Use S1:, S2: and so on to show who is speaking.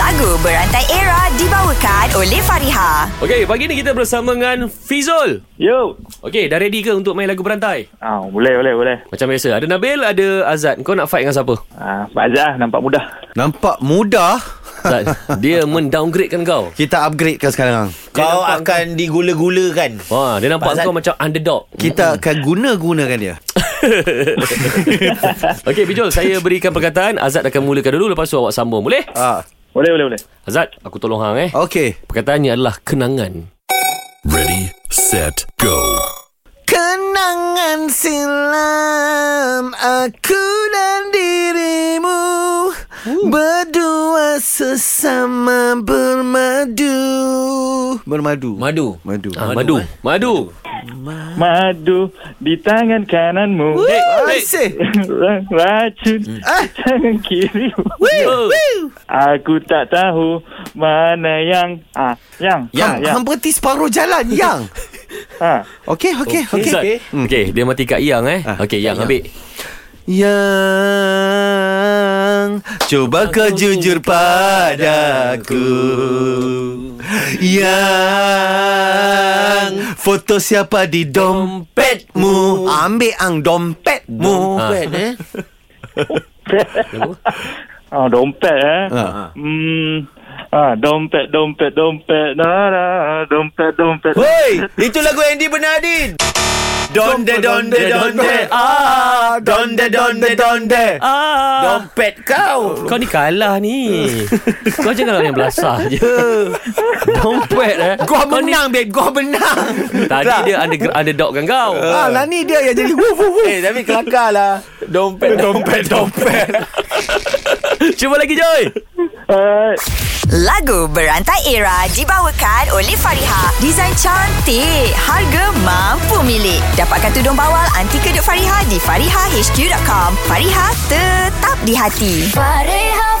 S1: Lagu Berantai Era dibawakan oleh Fariha.
S2: Okey, pagi ni kita bersama dengan Fizul.
S3: Yo.
S2: Okey, dah ready ke untuk main lagu berantai?
S3: Ah, boleh, boleh, boleh.
S2: Macam biasa, ada Nabil, ada Azad. Kau nak fight dengan siapa?
S3: Ah, Pak Azah nampak mudah.
S4: Nampak mudah
S2: Azad, dia mendowngradekan kau.
S4: Kita upgradekan sekarang
S5: Kau
S2: nampak
S5: akan digula-gulakan
S2: Wah, Ha, dia nampak
S5: Azad-
S2: kau macam underdog.
S4: Kita akan guna-gunakan dia
S2: Okey, Fizul, saya berikan perkataan. Azad akan mulakan dulu, lepas tu awak sambung. Boleh?
S4: ah,
S3: Boleh, boleh, boleh.
S2: Azad, aku tolong hang eh.
S4: Okay
S2: Perkataannya adalah kenangan.
S6: Ready, set, go.
S4: Kenangan silam Aku dan dirimu Berdua sesama bermadu Bermadu
S5: Madu
S4: Madu
S2: Ah, madu. Madu.
S3: Madu di tangan
S5: Eh,
S3: kananmu.
S2: Hey,
S4: Ah,
S2: hey.
S4: Asyik
S3: Ra- Racun
S4: Ah!
S3: di tangan kirimu.
S2: Oh.
S3: Aku tak tahu mana yang ah yang
S4: Yang,
S3: ah, yang
S4: Hampir separuh jalan Yang
S3: ah.
S4: Okay okay okay,
S2: Azad.
S4: Hmm.
S2: Okey, dia mati kat Yang eh. Okey, Yang ambil.
S4: Yang Coba kau jujur padaku Yang Foto siapa di dompetmu Ambil ang dompetmu
S2: Dompet,
S5: Ha.
S4: eh
S3: Ah, dompet eh.
S4: Ah.
S5: Ha.
S3: Hmm. Ah, dompet, dompet, dompet. Na, na, dompet, dompet.
S5: Hoi Itu lagu Andy Bernardin Donde donde donde ah donde donde donde
S2: Ah.
S5: dompet kau
S2: Kau ni kalah ni Kau jangan orang yang belasah je Dompet eh
S4: Gua menang babe Gua menang Lah.
S2: Tadi dia under, underdog kan kau
S4: Ah, lah ni dia yang jadi wuf wuf wuf.
S5: Eh tapi kelakar lah Dompet Dompet Dompet
S2: Cuba lagi Joy
S3: Ah,
S1: Lagu Berantai Era dibawakan oleh Fariha. Desain cantik, harga mampu milik. Dapatkan tudung bawal anti kedut Fariha di farihahq.com. Fariha tetap di hati.
S7: Pareja.